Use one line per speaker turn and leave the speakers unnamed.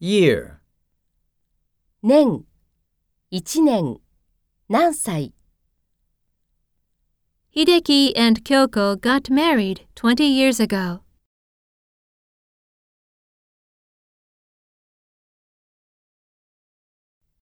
year,
年、一年、何歳、
Hideki and Kyoko got married 20 years ago.